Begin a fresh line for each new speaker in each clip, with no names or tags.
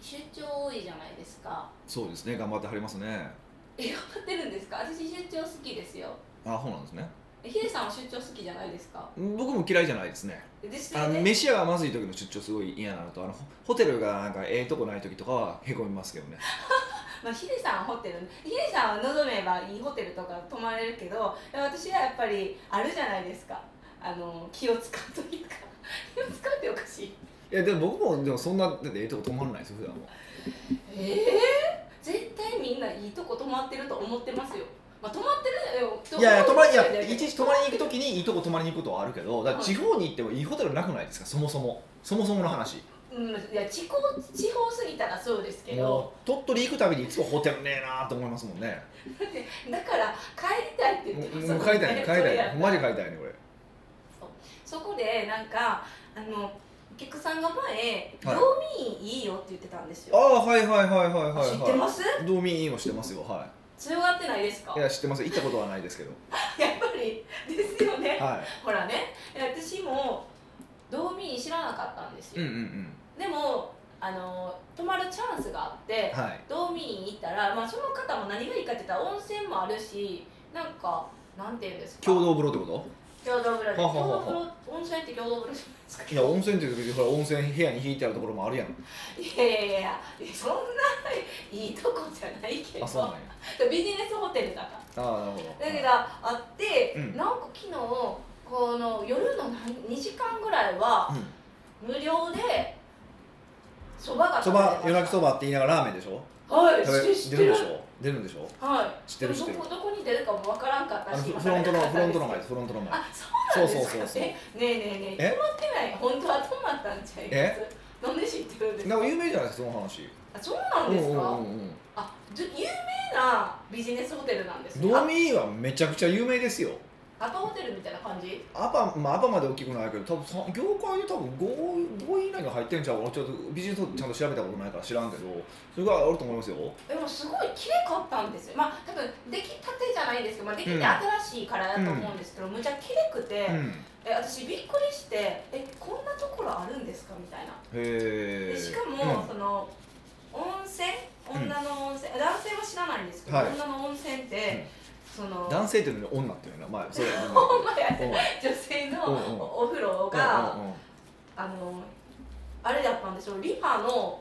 出張多いじゃないですか
そうですね頑張ってはりますね
え頑張ってるんですか私出張好きですよ
あそうなんですね
えヒデさんは出張好きじゃないですか
僕も嫌いじゃないですね
です
あ
よ
の
ね
飯屋がまずい時の出張すごい嫌なのとあのホホテルがなんかええとこない時とかはへこみますけどね
まあ、ヒデさんはホテルヒデさんは望めばいいホテルとか泊まれるけどいや私はやっぱりあるじゃないですかあの気を使うというか 気を使うっておかしい
いやでも僕もでもそんなだってええとこ泊まらないですよ普段も
ええ絶対みんないいとこ泊まってると思ってますよまあ泊まってるよ
いやいや泊まりい
い
や
や
いちいち泊まりに行く時にいいとこ泊まりに行くことはあるけどだから地方に行ってもいいホテルなくないですかそもそもそもそもの話
うん、いや地方地方すぎたらそうですけど
もう鳥取行くたびにいつもホテルねえなと思いますもんね
だってだから帰りたいって言
も
ってま
う
す
もう帰りたいね帰り
そ
た
れ
い
やっ
ねマジ帰りたいね
そこでなんかあのお客さんが前「
はい
道民いいよ」って言ってたんです
俺
よ、
ああはいはいはいはいはい、はい、
知ってます
道民委員をしてますよは
強がってないですか
いいや知ってます行ったことはないですけど
やっぱりですよね
は
ほらね私も道民知らなかったんです
いうん
よ、
うんうん
でもあの泊まるチャンスがあって
はい
道民行ったら、まあ、その方も何がいいかって言ったら温泉もあるしなんかなんていうんですか
共同風呂ってこ
共同風呂で
は
共
はは
同風
は
呂温泉って共同風呂じゃないですか
といや温泉って言う時ほら温泉部屋に引いてあるところもあるやん
いやいやいやいやそんないいとこじゃないけど
あそうなんや
ビジネスホテルだから
ああなるほど
だけどあって、
うん
なんか昨日この夜の2時間ぐらいは
うん
無料でそばが
そ
食べれました
ば夜泣きそばって言いながらラーメンでしょ
はい
食べ
知って
出る
る
でしょ出るんでしょ
はい
知ってる
でも
知って
どこどこに出るかもわからんかっ
あ
た
の
し
フフロントのフロントの前
前
ですフロントの前
あそうなんですか
そうそうそうそう
ねねえねえねえ
え
止まってない本当は止まったんちゃいますなんで知ってるんです
なん
か
か有名じゃないですかその話
あそうなんですか、
うんうんうん
あじゅ有名なビジネスホテルなんです
うんドー
か
ミーはめちゃくちゃ有名ですよ
アパホテルみたいな感じ
アパ,、まあ、アパまで大きくないけど多分さ業界で多分 5, 5位以内が入ってんちゃう俺ちょっとビジネスちゃんと調べたことないから知らんけどそれがあると思いますよ
でもすごい綺麗かったんですよまあ多分出来たてじゃないですけど、まあ、出来て新しいからだと思うんですけど、むちゃ綺麗くて、
うんへ
え私びっくりしてえこんなところあるんですかみたいなで
え
しかも、その温泉
うん
女の温泉、男性は知らないんですけど、
はい
女の温泉って、その
男性っていうのに女っていうのはまあ それは
ほんまや
うん
女性
う
の
んうん
お風呂が、あのあれだったんですよリファの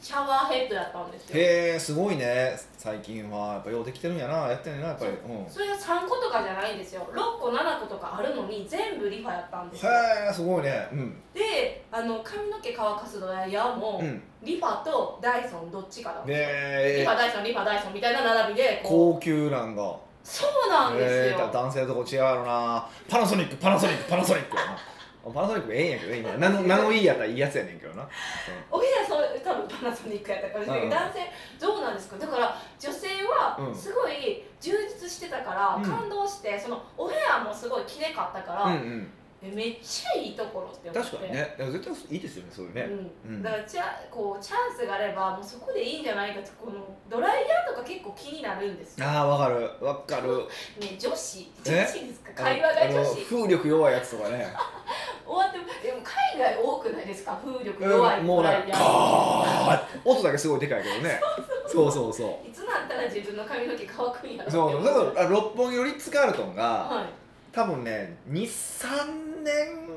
シャワーヘッドだったんですよ
へえすごいね最近はやっぱようできてるんやなやってんねんなやっぱり、うん、へ
それが3個とかじゃないんですよ6個7個とかあるのに全部リファやったんですよ
えすごいねうん
であの髪の毛乾かすドライヤーも、
うん
リファとダイソンどっちかだったんですよリ
ねえ
ファダイソンリファダイソンみたいな並びでこう
高級なんが
そうなんです
え
よ、
ー、だ男性とこ違うやろなパナソニックパナソニックパナソニックやなあパナソニックもええんやけど今ナノナノいいやったらいいやつやねんけどな、
お部屋そう多分パナソニックやったかもしれないけど、
うん
男性どうなんですかだから女性
う
は
ん
すごい充実してたから、
うん
感動してそのお部屋もすごい綺麗かったから、
うん、うん
えめっちゃいいところって
うん
思って
確かにねでも絶対いいですよねそういうね、
う
うん
ん、だからチャこうチャンスがあればもうそこでいいんじゃないかってこのドライヤーとか結構気になるんですよ、ね、
ああわかるわかる
女子女子
え
ですか会話が
あの
女子
風力弱いやつとかね
終わってもでも海外多くないですか風力弱
う
い
んも
ド
うな
ラ
ん
イ
か
ヤ
カ
ー
ーッ音だけすごいでかいけどねそうそうそう
いつなったら自分の髪の毛乾くんやろって
そう
思
そううだからあ六本木のリッツ・カールトンが
はい
多分ね23年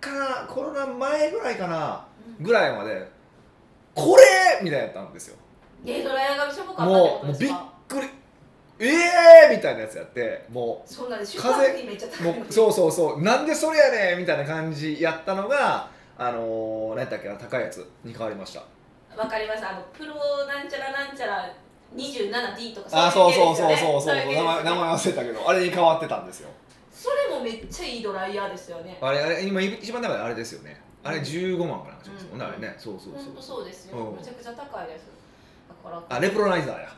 かコロナ前ぐらいかな
うん
ぐらいまでこれみたいなやったんですよ
えドライヤーがしょぼかったってこ
もう
と
も
で
う
す
びっ
か
くりええー、みたいなやつやっても
そうなんです
風
風にめっちゃ
う
高
も
いのに
うそうそうそうなんでそれやねんみたいな感じやったのがあのー、何やったっけな高いやつに変わりました
わかりますあのプロなんちゃらなんちゃら 27D とか
あそうそうそうそうそう
い系ですよね
名前名前忘れたけどあれに変わってたんですよ
それもめっちゃいいドライヤーですよね
あれあれ今一番高いあれですよねあれ15万かなんかしますもんね
うん
あれねそうそう
本当
そう
そうですよ、
うん
めちゃくちゃ高いですだから
あレプロライザーや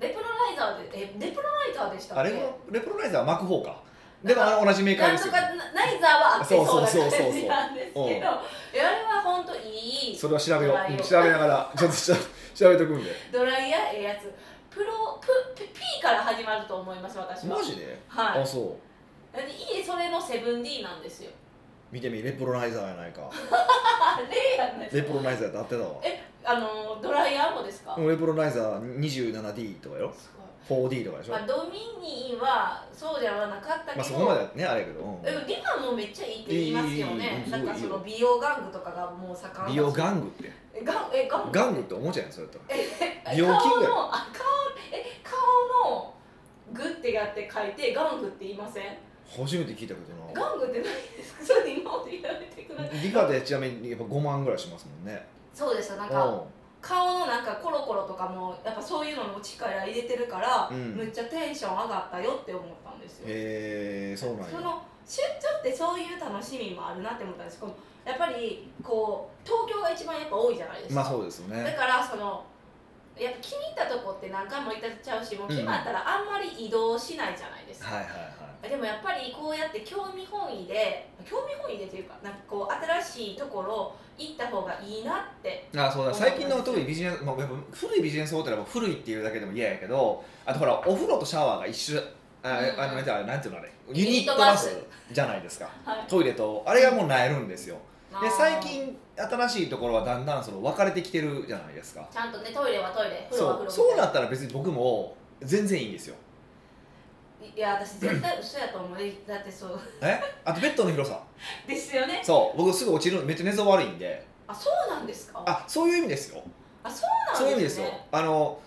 レプロライザーでえレプロライザーでした
あ
っけ
レプロレプロライザーは巻く方かでもあの同じメーカー
な
で
ん
す
とか
よ
なライザーはあってそうな
そうそうそうそう
感じなんですけど
うん
いやあれは本当いい
それは調べよ
ドライヤ
ううん
ー
調べながらちょっとしゃ調べとくんで
ドライヤーええやつプロププ P から始まると思います私は
マジで
はい
あそう
だっていいそれの 7D なんですよ
見てみレプロライザーやないか
あれやんない
レプロライザーやって合ってたわ
えああのドライヤーもですか、
ウェブロナイザー 27D とかよ
す
4D とかでし
ご
ょ
い、まあ、ドミニーはそうではなかったけど、
まあそこまではねあれやけど、うん
でもリファもめっちゃいいって言いますよね
いいいいいい
なんかそ
すごい
の美容玩具とかがもう盛んだし
美容玩具って
えがんえがん
玩具っておもちゃやんそれと
え
病気
顔
だよ
のあ顔え顔のグってやって書いてガングって言いません
初めて聞いたけどな
ガングってないですかそれで今までやめてください
理科でちなみにやっぱ5万ぐらいしますもんね
そうですよなんか
う
顔のなんかコロコロとかもやっぱそういうのも力入れてるから、
うん
むっちゃテンション上がったよって思ったんです
ん
よ
へえそうなん
そ
や
の出張ってそういう楽しみもあるなって思ったんですこのやっぱりこう東京が一番やっぱ多いじゃないですか、
まあそうですよ
だ
ね
からそのやっぱ気に入ったとこって何回も行ったちゃうしもう決まったらあんまり移動しないじゃないですか、
はいはいは
でもやっぱりこうやって興味本位で興味本位でというかなんかこう新しいところ行った方がいいなって
いあそうだ最近の特にビジネス、まあ、やっぱ古いビジネスホテルは古いっていうだけでも嫌やけどあとほらお風呂とシャワーが一緒
う
あ
ん
あのなんていうのあれユ
ユニ
ニッ
ッ
ト
ト
バ
バ
ス
ス
じゃないですか
はい
トイレとあれがもうなえるんですよ
あ
で
ー
最近新しいところはだんだんその分かれてきてるじゃないですか
ちゃんとねトイレはトイレ風呂は
そ
風
う
呂
そうな
だ
ったら別に僕も全然いいんですよ
いや私絶対嘘やと思うえだってそう
えあとベッドの広さ
ですよね
そう僕すぐ落ちるめっちゃ寝相悪いんで
あそうなんですか
あそういう意味ですよ
あそう
そう
な
いう意
ん
味
で
です
す
よ
ね
あの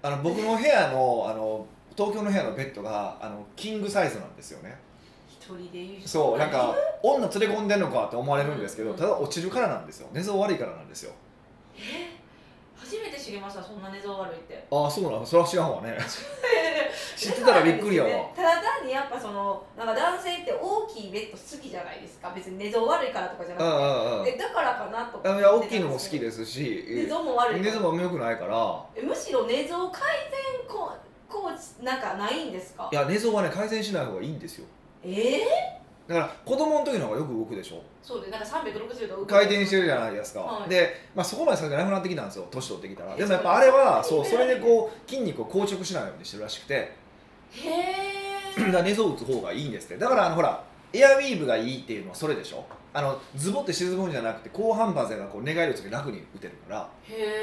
あの僕の部屋のあの東京の部屋のベッドがあのキングサイズなんですよね
一人で優勝
そうなんか女連れ込んでんのかって思われるんですけど
うん
ただ落ちるからなんですよ寝相悪いからなんですよ
え初めて知りましたそんな寝相悪いって
ああそうなのそれは知らん わね知ってたらびっくりやわ
ただ単にやっぱそのなんか男性って大きいベッド好きじゃないですか別に寝相悪いからとかじゃ
う
なく
んうんうん
てえだからかなと
あ
か
のいや大きいのも好き
で
ですし
寝相も悪い
寝
から
相も良くないから
えむしろ寝相改善こうこうなんかないんですか
いや寝相はね改善しない方がいいんですよ
ええ
だから子供の時の方がよく動くでしょ
そうでなんか360度
回転してるじゃ
い
ないですか、
はい
で、まあ、そこまでされてなくなってきたんですよ年取ってきたら
え
でもやっぱあれは
そ
そううそれでこう筋肉を硬直しないようにしてるらしくて
へえ
だから寝相打つ方がいいんですってだからあのほらエアウィーブがいいっていうのはそれでしょあのズボって沈むんじゃなくて後半バゼがこう寝返りをつけて楽に打てる
へ
から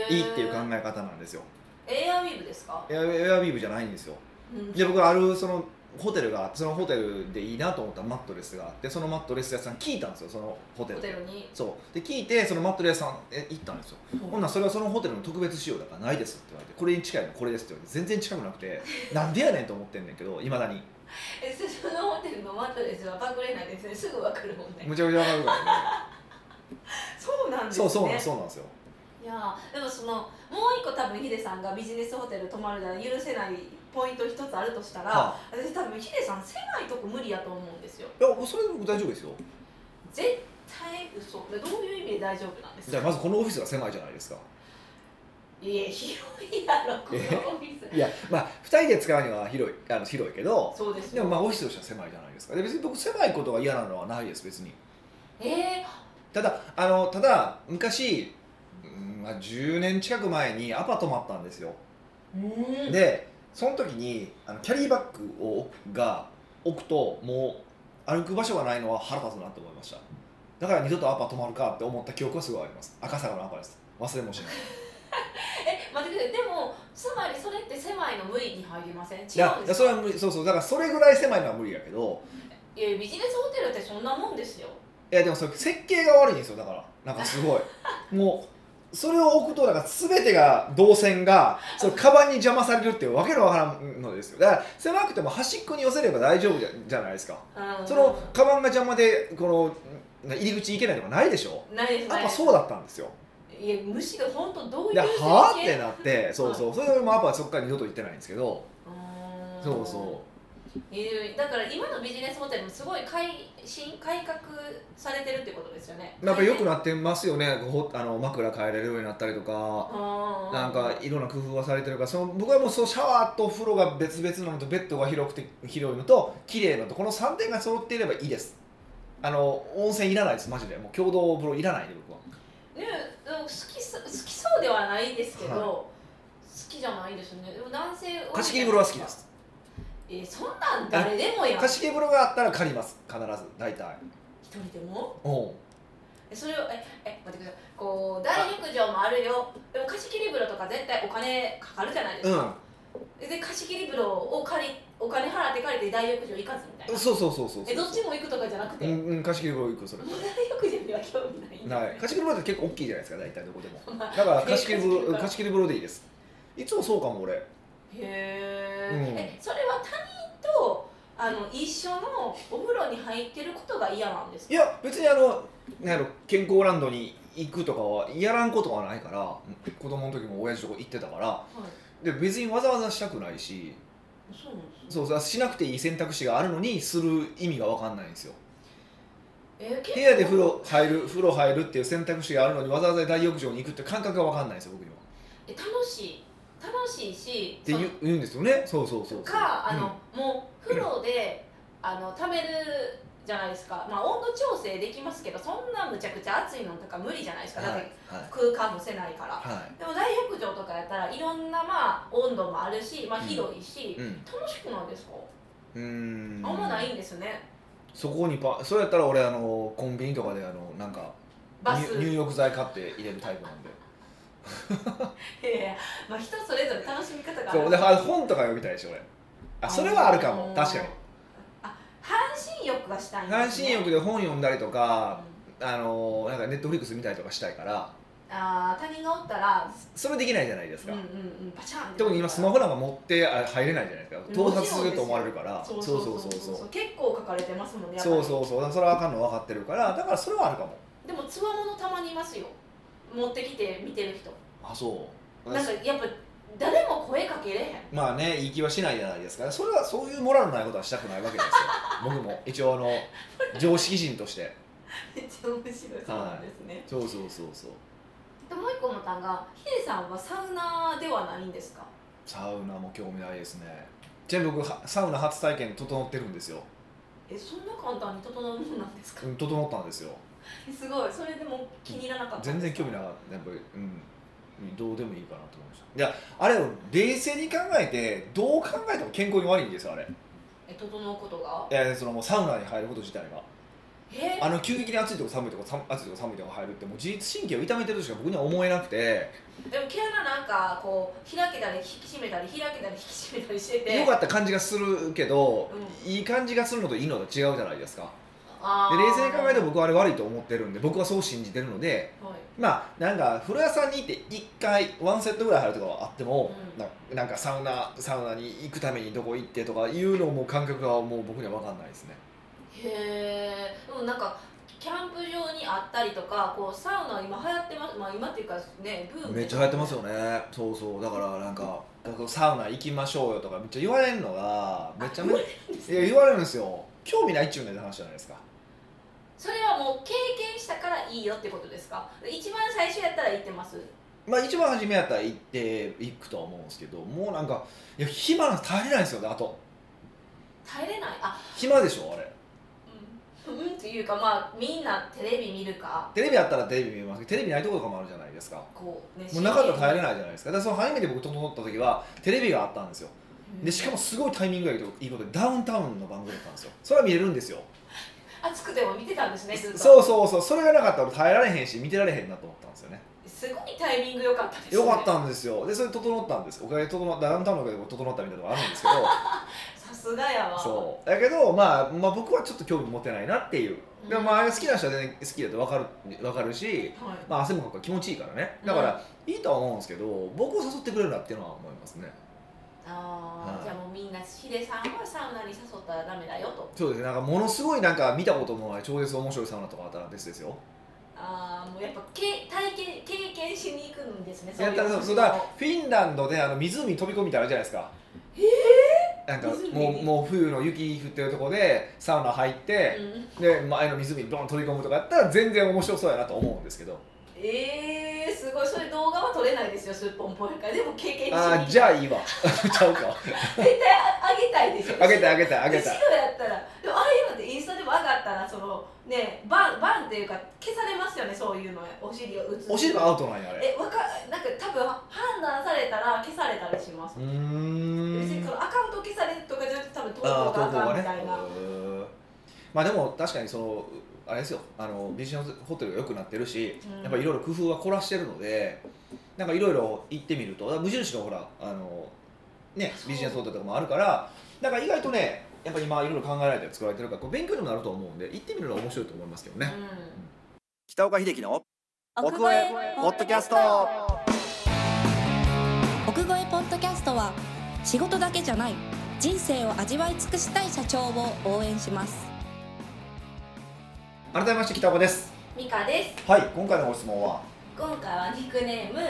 え
いいっていう考え方なんですよ
エアウィーブですか、
エアエアウィーブじゃないんですよ
うん
で僕あるそのホテルがあってそのホテルでいいなと思ったマットレスがあってそのマットレス屋さん聞いたんですよそのホテル
ホ
で
テルに
そうで聞いてそのマットレス屋さんへ行ったんですよほんならそれはそのホテルの特別仕様だからないですって言われてこれに近いのこれですって言われて全然近くなく てなんでやねんと思ってんねんけどいまだに
えそのホテルのマットレスはパクれないですねすぐわかるもんね
むちゃくちゃわかるからね
そうなんです
そ
ね
うそうなんそうなんですよ
いやーでもそのもう一個多分ヒデさんがビジネスホテル泊まるなら許せないポイント一つあるとしたら、
は
私多分ヒデさん狭いとこ無理やと思うんですよ
いやもうそれで僕大丈夫ですよ
絶対嘘でどういう意味で大丈夫なんです
じゃあ
か
まずこのオフィスが狭いじゃないですか
いや広いやろこのオフィス
いやまあ2人で使うには広いあの広いけど
そうです
で
よ
もまあオフィスとしては狭いじゃないですかで別に僕狭いことが嫌なのはないです別に
え
ただあのただ昔、うんまあ、10年近く前にアパ泊まったんですよ
ー、うん
でその時にあのキャリーバッグをが置くともう歩く場所がないのは腹立つなと思いましただから二度とアパ泊まるかって思った記憶はすごいあります赤坂のアパです忘れもしない
え待ってくださいでもつまりそれって狭いの無理に入りません違うんで
い
す
や
か
いやそれは無理そうそうだからそれぐらい狭いのは無理やけど
いやビジネスホテルってそんなもんですよ
いやでもそれ設計が悪いんですよだからなんか すごいもうそれを置くとだから全てが動線がそのカバンに邪魔されるっていうわけのわからんのですよだから狭くても端っこに寄せれば大丈夫じゃじゃないですか
うん
そのカバンが邪魔でこの入り口行けないとかないでしょ
ないです
やっ
ない
ぱ
です
そうだったんですよ
いやむしろ本当どういう
ではあっ
設
て
計
なってそうそうそれでもやっぱそこから二度と行ってないんですけど
うーん
そうそ
えーだから今のビジネスホテルもすごい改新改革されてるってことですよね
うやっぱ良く
い
なってますよねほあの枕変えれるようになったりとかなんかいろんな工夫はされてるからその僕はもうそうシャワーとお風呂が別々なのとベッドが広くて広いのと綺麗なのとこの3点が揃っていればいいですあの温泉いらないですマジでもう共同風呂いらないで僕は
ねでも好きそ好きそうではないですけど、
はい
好きじゃないですねでも男性多い
貸し切り風呂は好きです
えーそんなん誰でもやん一
貸し切り風呂があったら借ります必ず大体
人でも
おう
えそれをええ待ってくださいこう大浴場もあるよでも貸し切り風呂とか絶対お金かかるじゃないです
う
か、
ん
で貸し切り風呂を借りお金払って借りて大浴場行かずみたいな
そうそうそうそうそう
えどっちも行くとかじゃなくて、
う
もうん
うん貸し切り風呂行くそれ
大浴場には興味ないんだ
はい貸し切り風呂って結構大きいじゃないですか大体どこでも
まあ
だから貸し切り風
貸し切り風 呂
呂貸し切り風呂でいいですいつもそうかも俺
へえ、
うん
えそれは他人とあの一緒のお風呂に入ってることが嫌なんです
い
か
や別にあのなんやろ健康ランドに行くとかはやらんことはないから子供の時も親父とこ行ってたから
はい
で別にわざわざしたくないし
そうなんですね
そうそうしなくていい選択肢があるのにする意味が分かんないんですよ
え結構
部屋で風呂入る風呂入るっていう選択肢があるのにわざわざ大浴場に行くって感覚が分かんないんですよ僕には
え楽しい楽しいし
って言う言うんですよねそうそうそうそう
かあの、もう風呂であの食べるじゃないですか、まあ、温度調整できますけどそんなむちゃくちゃ暑いのとか無理じゃないですか
うん
だ
は
っ
い
て空間もせないから、
は
でも大浴場とかやったらいろんな、まあ、温度もあるし、まあ、
うん
広いし
い、うん
楽しくないですか
うーん
あんまないんですね
そこにパそれやったら俺あのコンビニとかであのなんか
バス
入入浴剤買って入れるタイプなんで
いやいやまあ人それぞれ楽しみ方がある
そうであ本とか読みたいでしょ俺あそれはあるかも確かに
あ半身浴がしたいん
半身浴
で
で本読んだりと
あ
かあのなんかネットフリックス見たりとかしたいから
あー他人がおったら
それできないじゃないです
うんう
か、
んうんバチャンって
特に今スマホなんか持ってあ入れないじゃないですか盗撮すると思われるから
そ
そうう
そ
そうう
そ
そうう
そ
そうう
そう
そう
結構書かれてますもんねやっぱり
そうそうだからそれはあかんの分かってるからだからそれはあるかも
でもつわものたまにいますよ持ってきて見てる人
あそう
なんかやっぱ誰も声かけれへん
まあね、言い気はしないじゃないですか、それはそういうモラルのないことはしたくないわ けですよ、僕も一応あの、常識人として、
めっちゃ面白いそうなんですね、
そうそうそうそう、
でもう一個思ったんがヒデさんはサウナーではないんですか
サウナも興味ないですね、ちなみに僕、はサウナ初体験、整ってるんですよ、
えそんな簡単に整うもんなんですか
うん、整ったんですよ、
えすごいそれでも気に入らなかった
全然興味
い
なかった、やっぱり、うん、どうでもいいかなと思いました、いや、あれを冷静に考えて、どう考えても健康に悪いんですよ、あれ、
え整うことが
いや、そのもうサウナに入ること自体が、
え
あの急激に暑いとこ、寒いとこ、寒暑いとこ、寒いとこ入るって、もう自律神経を痛めてるとしか僕には思えなくて。
でも毛穴なんかこう開けたり引き締めたり開けたり引き締めたりしてて
良かった感じがするけど、
う
いい感じがするのといいのと違うじゃないですか
あ
で
ー
冷静に考えて僕はあれ悪いと思ってるんで僕はそう信じてるので
はい
まあなんか風呂屋さんに行って1回ワンセットぐらい入るとかはあっても、
うん
ななんかサウナサウナに行くためにどこ行ってとかいうのも感覚がもう僕には分かんないですね
へえでもなんかキャンプ場にあったりとかこうサウナ今流行ってますまあ今っていうかねブーム
めっちゃ流行ってますよねそうそうだからなんかサウナ行きましょうよとかめっちゃ言われるのがめっちゃめいや言われるんですよ興味ないっちゅうねんって話じゃないですか
それはもう経験したからいいよってことですか一番最初やったら行ってます
まあ一番初めやったら行って行くとは思うんですけどもうなんかいや暇なんて耐えれないんですよねあと
耐えれないあ
暇でしょあれ
うんうんっていうかまあみんなテレビ見るか
テレビあったらテレビ見ますけどテレビないとことかもあるじゃないですか
こうね
もうなかったら耐えれ
ない
ないじゃないですかだからその初めて僕整った時はテレビがあったんですよでしかもすごいタイミングがいいといいことでダウンタウンの番組だったんですよそれは見れるんですよ
暑くても見てたんですねずっと
そうそうそうそれがなかったら耐えられへんし見てられへんなと思ったんですよね
すごいタイミング良かったですね
よかったんですよでそれ整ったんですおかげで整ったダウンタウンのおかげで整ったみたいなとこあるんですけど
さすがやわ
そうだけど、まあ、まあ僕はちょっと興味持てないなっていう
うん
でもまああれ好きな人は全然好きだと分かる分かるし、
はい、
まあ、汗もかくから気持ちいいからねだからいいとは思うんですけど僕を誘ってくれるなっていうのは思いますね
あー、
はい
じゃあもうみんなヒデさんはサウナに誘ったらダメだよと
そうですねなんかものすごいなんか見たこともない超絶面白いサウナとかあったら別ですよ
ああもうやっぱけ体験経験しに行くんですね
やったらそうそうだからフィンランドであの湖に飛び込みたいなのあるじゃないですか
え
なんか
湖
もうもう冬の雪降ってるとこでサウナ入って、
うん、
で前の湖にドン飛び込むとかやったら全然面白そうやなと思うんですけど
えー、すごいそれ動画は撮れないですよすっぽんぽんやからでも経験しに
あ
行
ー
く
じゃあいいわ ちゃう
絶
か
対ああげたいですよ
あげたいあげたいあげたい
後ろやったらでもああいうのってインスタでも上がったらそのねバンバンっていうか消されますよねそういうのお尻を打つ
お尻がアウトなんやあれ
えわかなんか多分判断されたら消されたりします
うー
別に
ん
このアカウント消されるとかじゃなくて多分投稿
ああ投
が
稿
あか
が
んみ
ね
たいな、
うーんまあでも確かにそのあれですよあのビジネスホテルが良くなってるし、
うん
やっぱりいろいろ工夫は凝らしてるのでなんかいろいろ行ってみるとだから無印のほらあの、ね、
そう
ビジネスホテルとかもあるからなんか意外とねやっぱり今いろいろ考えられて作られてるからこう勉強にもなると思うんで行ってみるのは面白いと思いますけどね、北岡秀樹の奥越えポッドキャスト
奥越えポッドキャストは仕事だけじゃない人生を味わい尽くしたい社長を応援します
改めまして北岡です
うん、ミカです
はい今回のご質問は
今回はニックネーム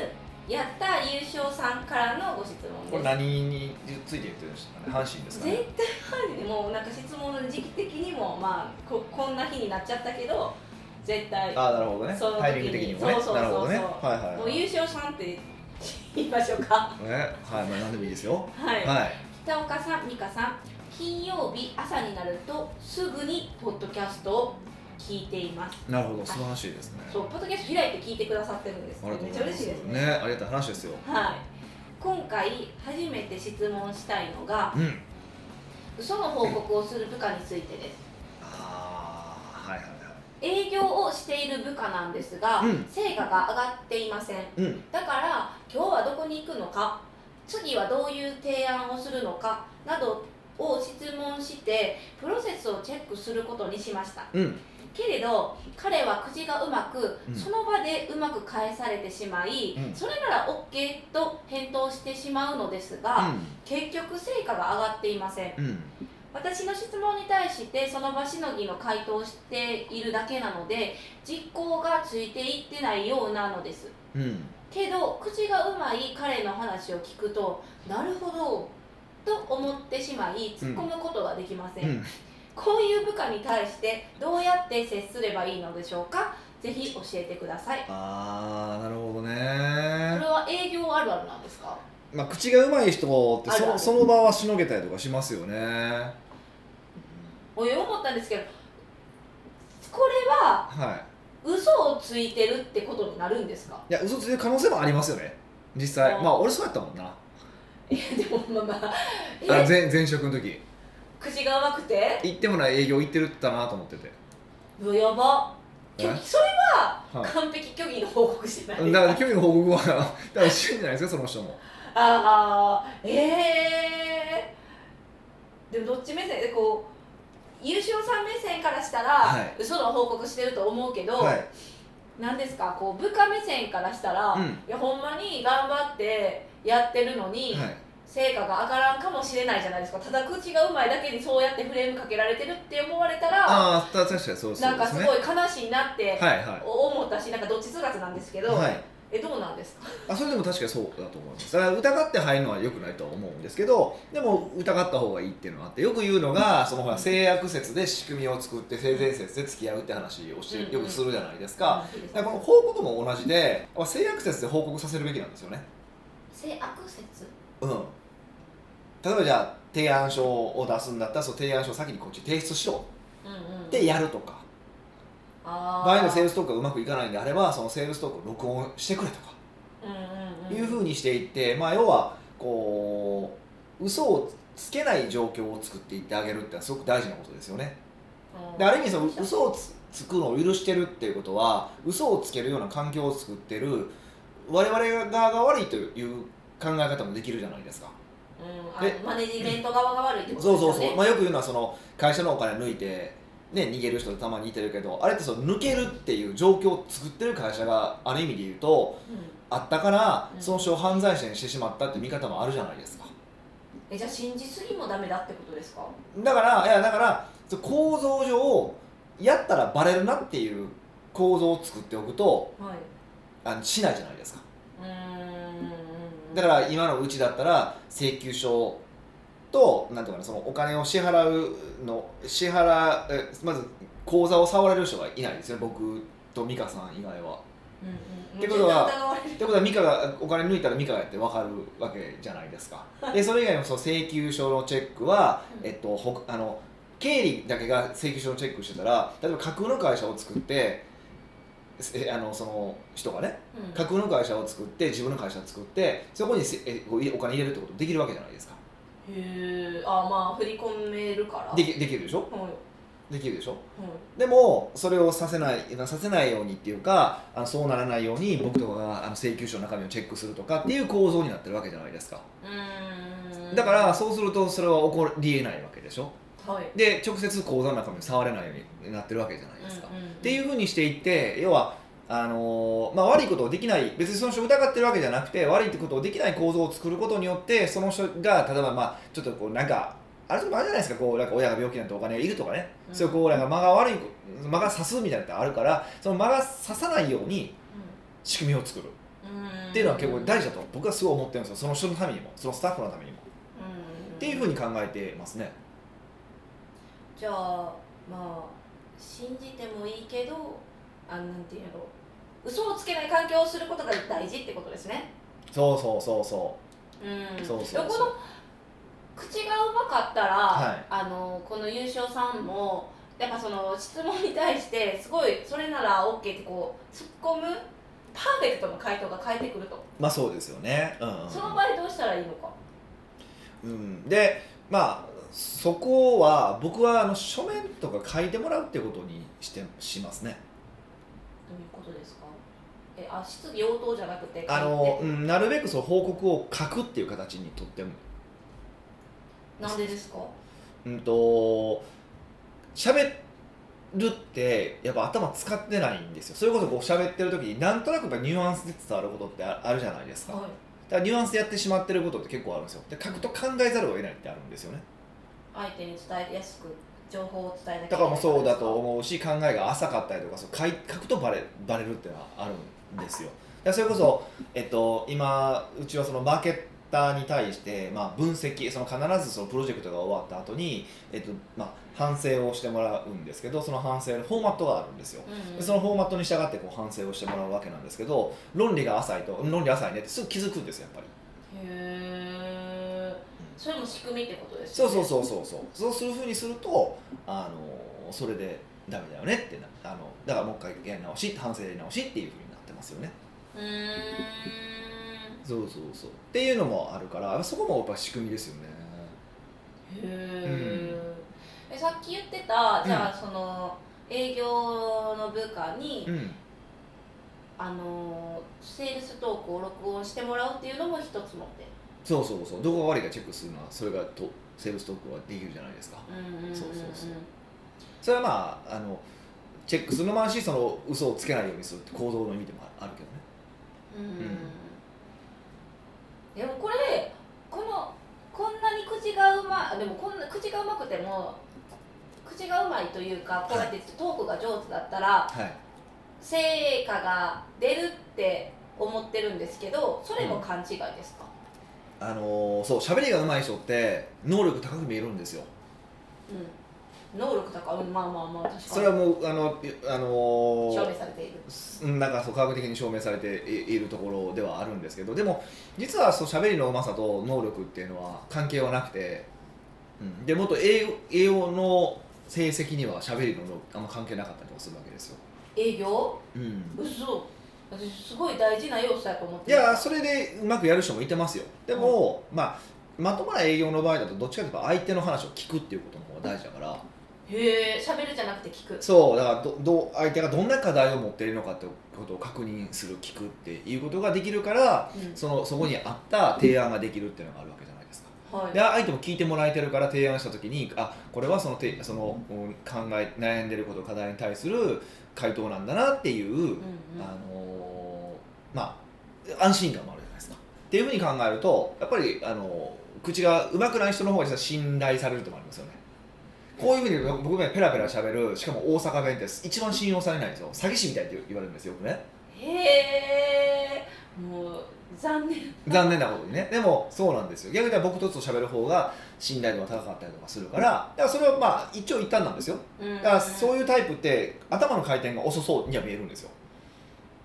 やった優勝さんからのご質問
こ
で
れ
す
何について言ってるんですかね阪神ですかね
絶対犯人もうなんか質問の時期的にもまあここんな日になっちゃったけど絶対
ああなるほどね
その時に
タイミング的にもね
そうそうそうそう
なるほどねはいはい
も
は
う
い
優勝さんって言いましょうか
ねはいまあ何でもいいですよ
はい、
はい
北岡さん美香さん金曜日朝になるとすぐにポッドキャストを聞いています
なるほど素晴らしいですね
そうポッドキャスト開いて聞いてくださってるんです
あり
め
がとう
っち
ござ
ゃ
いま
嬉し
す
いですね
ねありがたい話ですよ
はい今回初めて質問したいのが
うん
嘘の報告をする部下についてです
ああはいはい
営業をしている部下なんですが、
うん
成果が上がっていません
はいうん
だから今日はどこに行くのか次はどういう提案をするのかなどを質問してプロセスをチェックすることにしました
うん
けれど彼は口がうまく、
うん
その場でうまく返されてしまい、
うん
それなら OK と返答してしまうのですが、結局成果が上がっていません
うんうん
私の質問に対してその場しのぎの回答をしているだけなので実行がついていってないようなのです
うん
けど口がうまい彼の話を聞くとなるほどと思ってしまい突っ込むことができません、
うん
こういう部下に対してどうやって接すればいいのでしょうかぜひ教えてください
ああなるほど
これ
ね
は営業あるあるなんですか
まあ口がうまい人って
ある
そ
ある
のその場はしのげたりとかしますよね
おい思ったんですけどこれは
はい
嘘をついてるってことになるんですか
いや嘘ついてる可能性もありますよね実
あ
際
ー
まあ俺そうやったもんな
いやでもまあまあ
あ
え
前前職の時
口が甘くて
行ってもない営業行ってるったなと思ってて
うわやば拒
え
否それは
はい
完璧虚偽の報告してない
だから虚偽の報告は だから一緒じゃないですかその人も
ああえー、でもどっち目線でこう優勝さん目線からしたら、
はい
嘘の報告してると思うけど、
はい
なんですかこう部下目線からしたら、
うん
いやほんまに頑張ってやってるのに、
はい
成果が上がらんかもしれないじゃないですかただ口がうまいだけにそうやってフレームかけられてるって思われたら
ああ確かにそうですそうですね
なんかすごい悲しいなって
はいは
思ったしなんかどっちつかずなんですけ
い
ど、
はい
えどうなんですか
あそれでも確かにそうだと思いますだから疑って入るのは良くないとは思うんですけどでも疑った方がいいっていうのがあってよく言うのがそのほら制約説で仕組みを作って性善説で付き合うって話をしてよくするじゃないですか、
うんいいです
だ
ね
からこの報告も同じでまあ制約説で報告させるべきなんですよね
性悪説
うん例えばじゃあ提案書を出すんだったらその提案書を先にこっち提出しろ
うんうん
ってやるとか
あ
場合のセール
ス
ストークがうまくいかないんであればそのセールストークを録音してくれとかいうふ
う
うにしていって、まあ、要はこう嘘をつけない状況を作っていってあげるってのはすごく大事なことですよねである意味その嘘をつつくのを許してるっていうことは嘘をつけるような環境を作ってる我々側が悪いという考え方もできるじゃないですか
うん、あ
で
マネジメント側が悪いってこ
そ
と
う
です
そう
よね
そう、まあ、よく言うのはその会社のお金抜いて、ね、逃げる人たまにいてるけどあれってその抜けるっていう状況を作ってる会社がある意味で言うと
うん
あったから
うん
その人を犯罪者にしてしまったって見方もあるじゃないですか
えじゃあ信じすぎもダメだってことですか
だからいやだからそう構造上やったらバレるなっていう構造を作っておくと
はい
あのしないじゃないですか
うーん
だから今のうちだったら請求書となんていうかなそのお金を支払うの支払えまず口座を触れる人がいないですよ僕と美香さん以外は。
うんうん、
ってことは
もちろん疑われる
ってことは美香がお金抜いたら美香がやって分かるわけじゃないですか。でそれ以外のその請求書のチェックは、
うん
えっと、ほあの経理だけが請求書のチェックしてたら例えば架空の会社を作ってえあのその人がね
うん
架空の会社を作って自分の会社を作ってそこにせえこういお金入れるってことできるわけじゃないですか
へえあまあ振り込めるから
できできるでしょ
はい
できるでしょでもそれをさせないさせないようにっていうかあのそうならないように僕とかがあの請求書の中身をチェックするとかっていう構造になってるわけじゃないですか
うん、うん
だからそうするとそれは起こりえないわけでしょ
はい
で直接口座の中身を触れないようになってるわけじゃないですか、
うんうんうん
っていうふうにしていって要はあのーまあ、悪いことをできない別にその人を疑ってるわけじゃなくて悪いことをできない構造を作ることによってその人が例えばまあちょっとこうなんかあれとかあるじゃないですかこうなんか親が病気になってお金がいるとかね、
うん
そういうこうなんか間が悪い間が刺すみたいなのってあるからその間が刺さないように仕組みを作る
うん
っていうのは結構大事だと僕はすごい思ってるんですよその人のためにもそのスタッフのためにも
うん
っていうふうに考えてますね
じゃあまあ信じてもいいけどあなんていうの嘘をつけない環境をすることが大事ってことですね
そうそうそうそう
うん
そうそうそう
でこの口がうまかったら、
はい
あのこの優勝さんもやっぱその質問に対してすごいそれなら OK ってこう突っ込むパーフェクトの回答が返ってくると、
まあそうですよね、うんうんうん
その場合どうしたらいいのか
うん、でまあそこは僕はあの書面とか書いてもらうってことにしてしますね
どういうことですかえあ質疑応答じゃなくて
あの、うん、なるべくその報告を書くっていう形にとっても
なんでですか
うんと喋るってやっぱ頭使ってないんですよそれこそこう喋ってる時になんとなくやっぱニュアンスで伝わることってああるじゃないですかだ
はい
からニュアンスでやってしまってることって結構あるんですよで書くと考えざるを得ないってあるんですよね
相手に伝えやすく情報を伝えなきゃいけない
だからもうそうだと思うし考えが浅かったりとかそう書い書くとバレバレるってのはあるんですよだからそれこそ、えっと、今うちはそのマーケッターに対して、まあ、分析その必ずそのプロジェクトが終わった後に、えっとまあ、反省をしてもらうんですけどその反省のフォーマットがあるんですよ
うんうん
でそのフォーマットに従ってこう反省をしてもらうわけなんですけど論理が浅いとうん論理浅いねってすぐ気づくんですよやっぱり
へえそれも仕組みってことです
そう
よ
そうそうそうそうそうするふうにするとあのそれでダメだよねってなあのだからもう一回やり直し反省やり直しっていうふうになってますよね
うーん
そうそうそうっていうのもあるからそこもやっぱ仕組みですよね
へええさっき言ってたじゃあその営業の部下に、
うん
あのセールストークを録音してもらうっていうのも一つの手、
そうそうそうどこが悪いかチェックするのはそれがとセールストークはできるじゃないですか
うんうんんん
そうそうそうそれはまああのチェックするのもあるしその嘘をつけないようにするって行動の意味でもあるけ
う
どね
んうんうん
うん
でもこれこのこんなに口がうまでもこんな口がうまくても口がうまいというかこうやってトークが上手だったら
はい
成果が出るって思ってるんですけどそれも勘違いですか、
あのそう喋りが上手い人って能力高く見えるんですよ
うん、能力高いうんまあまあまあ確かに
それはもうあのあの
証明されている
うんなんかそう科学的に証明されていいるところではあるんですけどでも実はそう喋りのうまさと能力っていうのは関係はなくて、うん、でもっと栄養栄養の成績には喋りの能力あんま関係なかったりとかするわけですよ、
営業
うん、
嘘私すごい大事な要素やと思っ
い
てる
やそれでうまくやる人もいてますよでも、まあまともな営業の場合だとどっちかというと相手の話を聞くっていうことの方が大事だから
へえ喋るじゃなくて聞く
そうだからどどう相手がどんな課題を持っているのかってことを確認する聞くっていうことができるから
うん
そのそこに合った提案ができるっていうのがあるわけじゃないですか
はい
で相手も聞いてもらえてるから提案した時にあこれはそのてその、うん考え悩んでること課題に対する回答なんだなっていう、
うんうん
あのーまあ安心感もあるじゃないですかっていうふうに考えるとやっぱり、あのー口が上手くない人の方が実は信頼されるともありますよねこういうふうに言うと僕ねペラペラ喋るしかも大阪弁って一番信用されないんですよ詐欺師みたいって言われるんですよよくね
へえもう残念
残念なことにねでもそうなんですよ逆に言ったら僕とつと喋る方が信頼度が高かったりとかするからだからそれはまあ一長一短なんですよだからそう
い
いうタイプって頭の回転が遅そうには見えるんですよ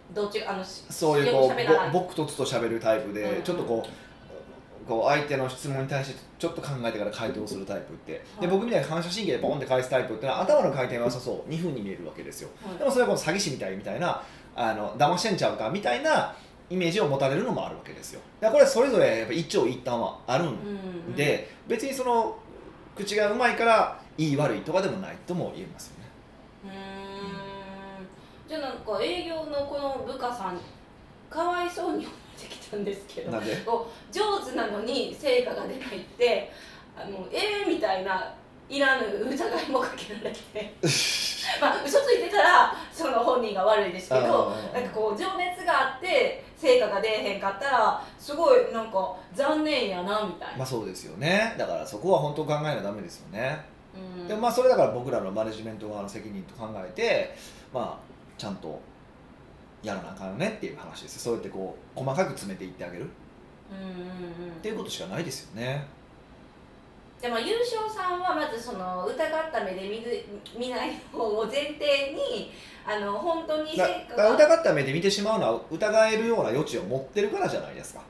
うんどっちがあのし
そういうこ
しゃべ
う
らない
ぼ僕とつと喋るタイプで、
うん
ちょっとこうこう相手の質問に対してちょっと考えてから回答するタイプって
は
で
い
僕みたいに反射神経でボンって返すタイプってのは頭の回転は良さそう2分に見えるわけですよ
はい
でもそれはこの詐欺師みたいみたいなあの騙してんちゃうかみたいなイメージを持たれるのもあるわけですよだからこれそれぞれやっぱ一長一短はあ
う
る
ん
んで、別にその口がうまいからいい悪いとかでもないとも言えますよね
うーんじゃあなんか営業のこの部下さんかわいそうに思ってきたんですけど
な んで
こう上手なのに成果が出ないってあのええみたいないらぬ疑いもかけられてまあ嘘ついてたらその本人が悪いですけど
あー
なんかこう情熱があって成果が出えへんかったらすごいなんか残念やなみたいな、
まあそうですよねだからそこは本当考えなダメですよね、
うん
でもまあそれだから僕らのマネジメント側の責任と考えてまあちゃんとやらなあかんよねっていう話ですよそうやってこう細かく詰めていってあげるっ
うんうんうん
ていうことしかないですよね
でも優勝さんはまずその疑った目で見ず見ない方を前提にあの本当に
だ
成果
だから
が
疑った目で見てしまうのは疑えるような余地を持ってるからじゃないですか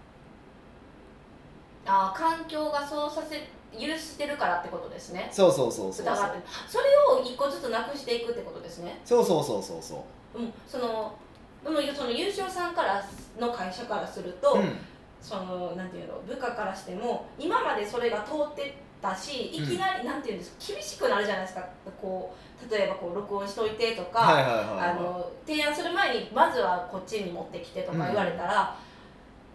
あ環境がそうさせ許してるからってことですね
そうそうそうそう
疑ってそれを一個ずつなくしていくってことですね
そうそうそうそうそう
うんそのでもその優勝さんからの会社からすると、
うん
そのなんていうの部下からしても今までそれが通ってたしいきなり、なんていうんですか厳しくなるじゃないですかこう例えばこう録音しといてとか、
はいはいはいはい
あの提案する前にまずはこっちに持ってきてとか言われたら、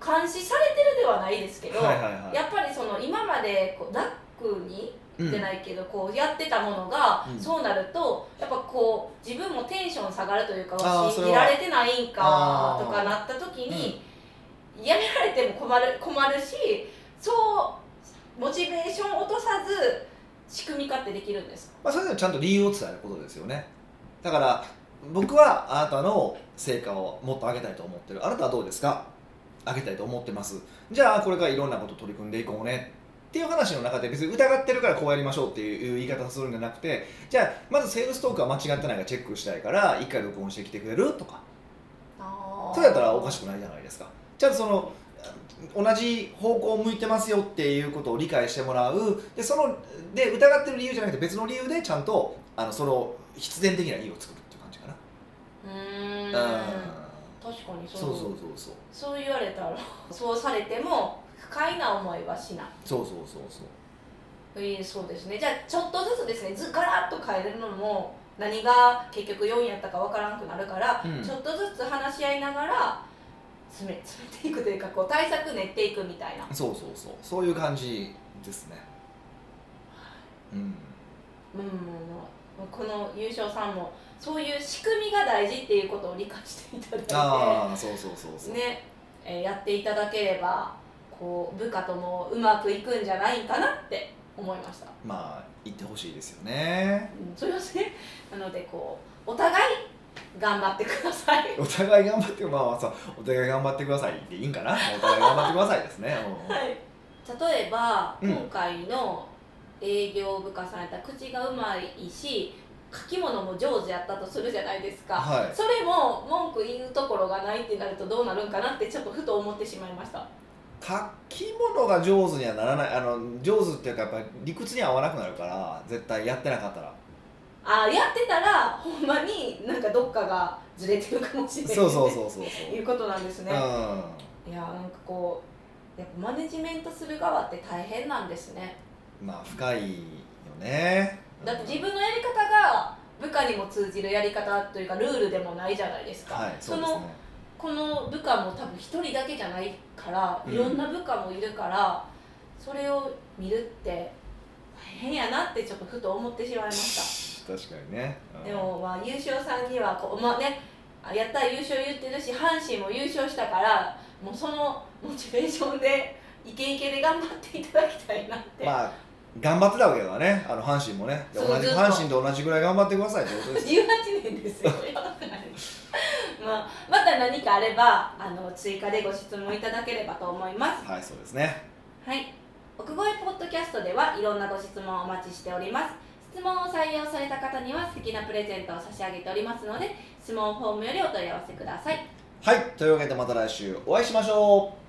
監視されてるではないですけど、
はいはいはい
やっぱりその今までこうダックに
うん
じゃないけど、こうやってたものが、
うん
そうなるとやっぱこう自分もテンション下がるというか
あー
信
そ
じ
れは
られてないんか
あー
とかなった時に、やめられても困る困るしそうモチベーションを落とさず仕組み化ってできるんですか
まあ、それでもちゃんと理由を伝えることですよねだから僕はあなたの成果をもっと上げたいと思ってるあなたはどうですか上げたいと思ってますじゃあこれからいろんなこと取り組んでいこうねっていう話の中で別に疑ってるからこうやりましょうっていう言い方をするんじゃなくてじゃあまずセールストークは間違ってないかチェックしたいから一回録音してきてくれるとかそれだったらおかしくないじゃないですかちゃんとその同じ方向を向いてますよっていうことを理解してもらうでそので疑ってる理由じゃなくて別の理由でちゃんとあのその必然的な理由を作るっていう感じかな
うーん確かに
そ
そうう
そ
そうう
そうそう
言われたらそうされても不快な思いはしない
そうそうそうそう
えーそうですねじゃあちょっとずつですねずガラッと変えるのも何が結局4位やったかわからんくなるから、
うん
ちょっとずつ話し合いながら詰め詰めていくというかこう対策練っていくみたいな
そうそうそうそういう感じですねうん
うんもうこの優勝さんもそういう仕組みが大事っていうことを理解していただいて
ああそうそうそうそう、
ね、えーやっていただければこう部下ともうまくいくんじゃないかなって思いました、
まあ言ってほしいですよね
うん、そうですねなのでこうお互い頑張ってください
お互い頑張ってまあまあさお互い頑張ってくださいでいいんかなお互い頑張ってくださいですね、うん
はい例えば、
うん
今回の営業部下さんやったら口がうまいし書き物も上手やったとするじゃないですか、
はい
それも文句言うところがないってなるとどうなるんかなってちょっとふと思ってしまいました
書き物が上手にはならないあの上手っていうかやっぱり理屈には合わなくなるから絶対やってなかったら
あーやってたらほんまになんかどっかがずれてるかもしれない
そうそうそうそうそう、
いうことなんです
う
ね
ん、
いやーなんかこうやっぱマネジメントする側って大変なんですね
まあ深いよね
だって自分のやり方が部下にも通じるやり方というかルールでもないじゃないですか、
はいそうです
の
ね
この部下も多分一人だけじゃないから
うん
いろんな部下もいるから、それを見るって大変やなってちょっとふと思ってしまいました
確かにね、うん
でもまあ優勝さんにはこうまあねあやったら優勝言ってるし阪神も優勝したからもうそのモチベーションでイケイケで頑張っていただきたいなって、
まあ頑張ってたわけだからねあの阪神もねで
そう
同じ
ずっと
阪神と同じぐらい頑張ってくださいってことですよ
18年ですよやばくないまあ、また何かあればあの追加でご質問いただければと思います
はいそうですね
はい奥越ポッドキャストではいろんなご質問をお待ちしております質問を採用された方には素敵なプレゼントを差し上げておりますので質問フォームよりお問い合わせください
はいというわけでまた来週お会いしましょう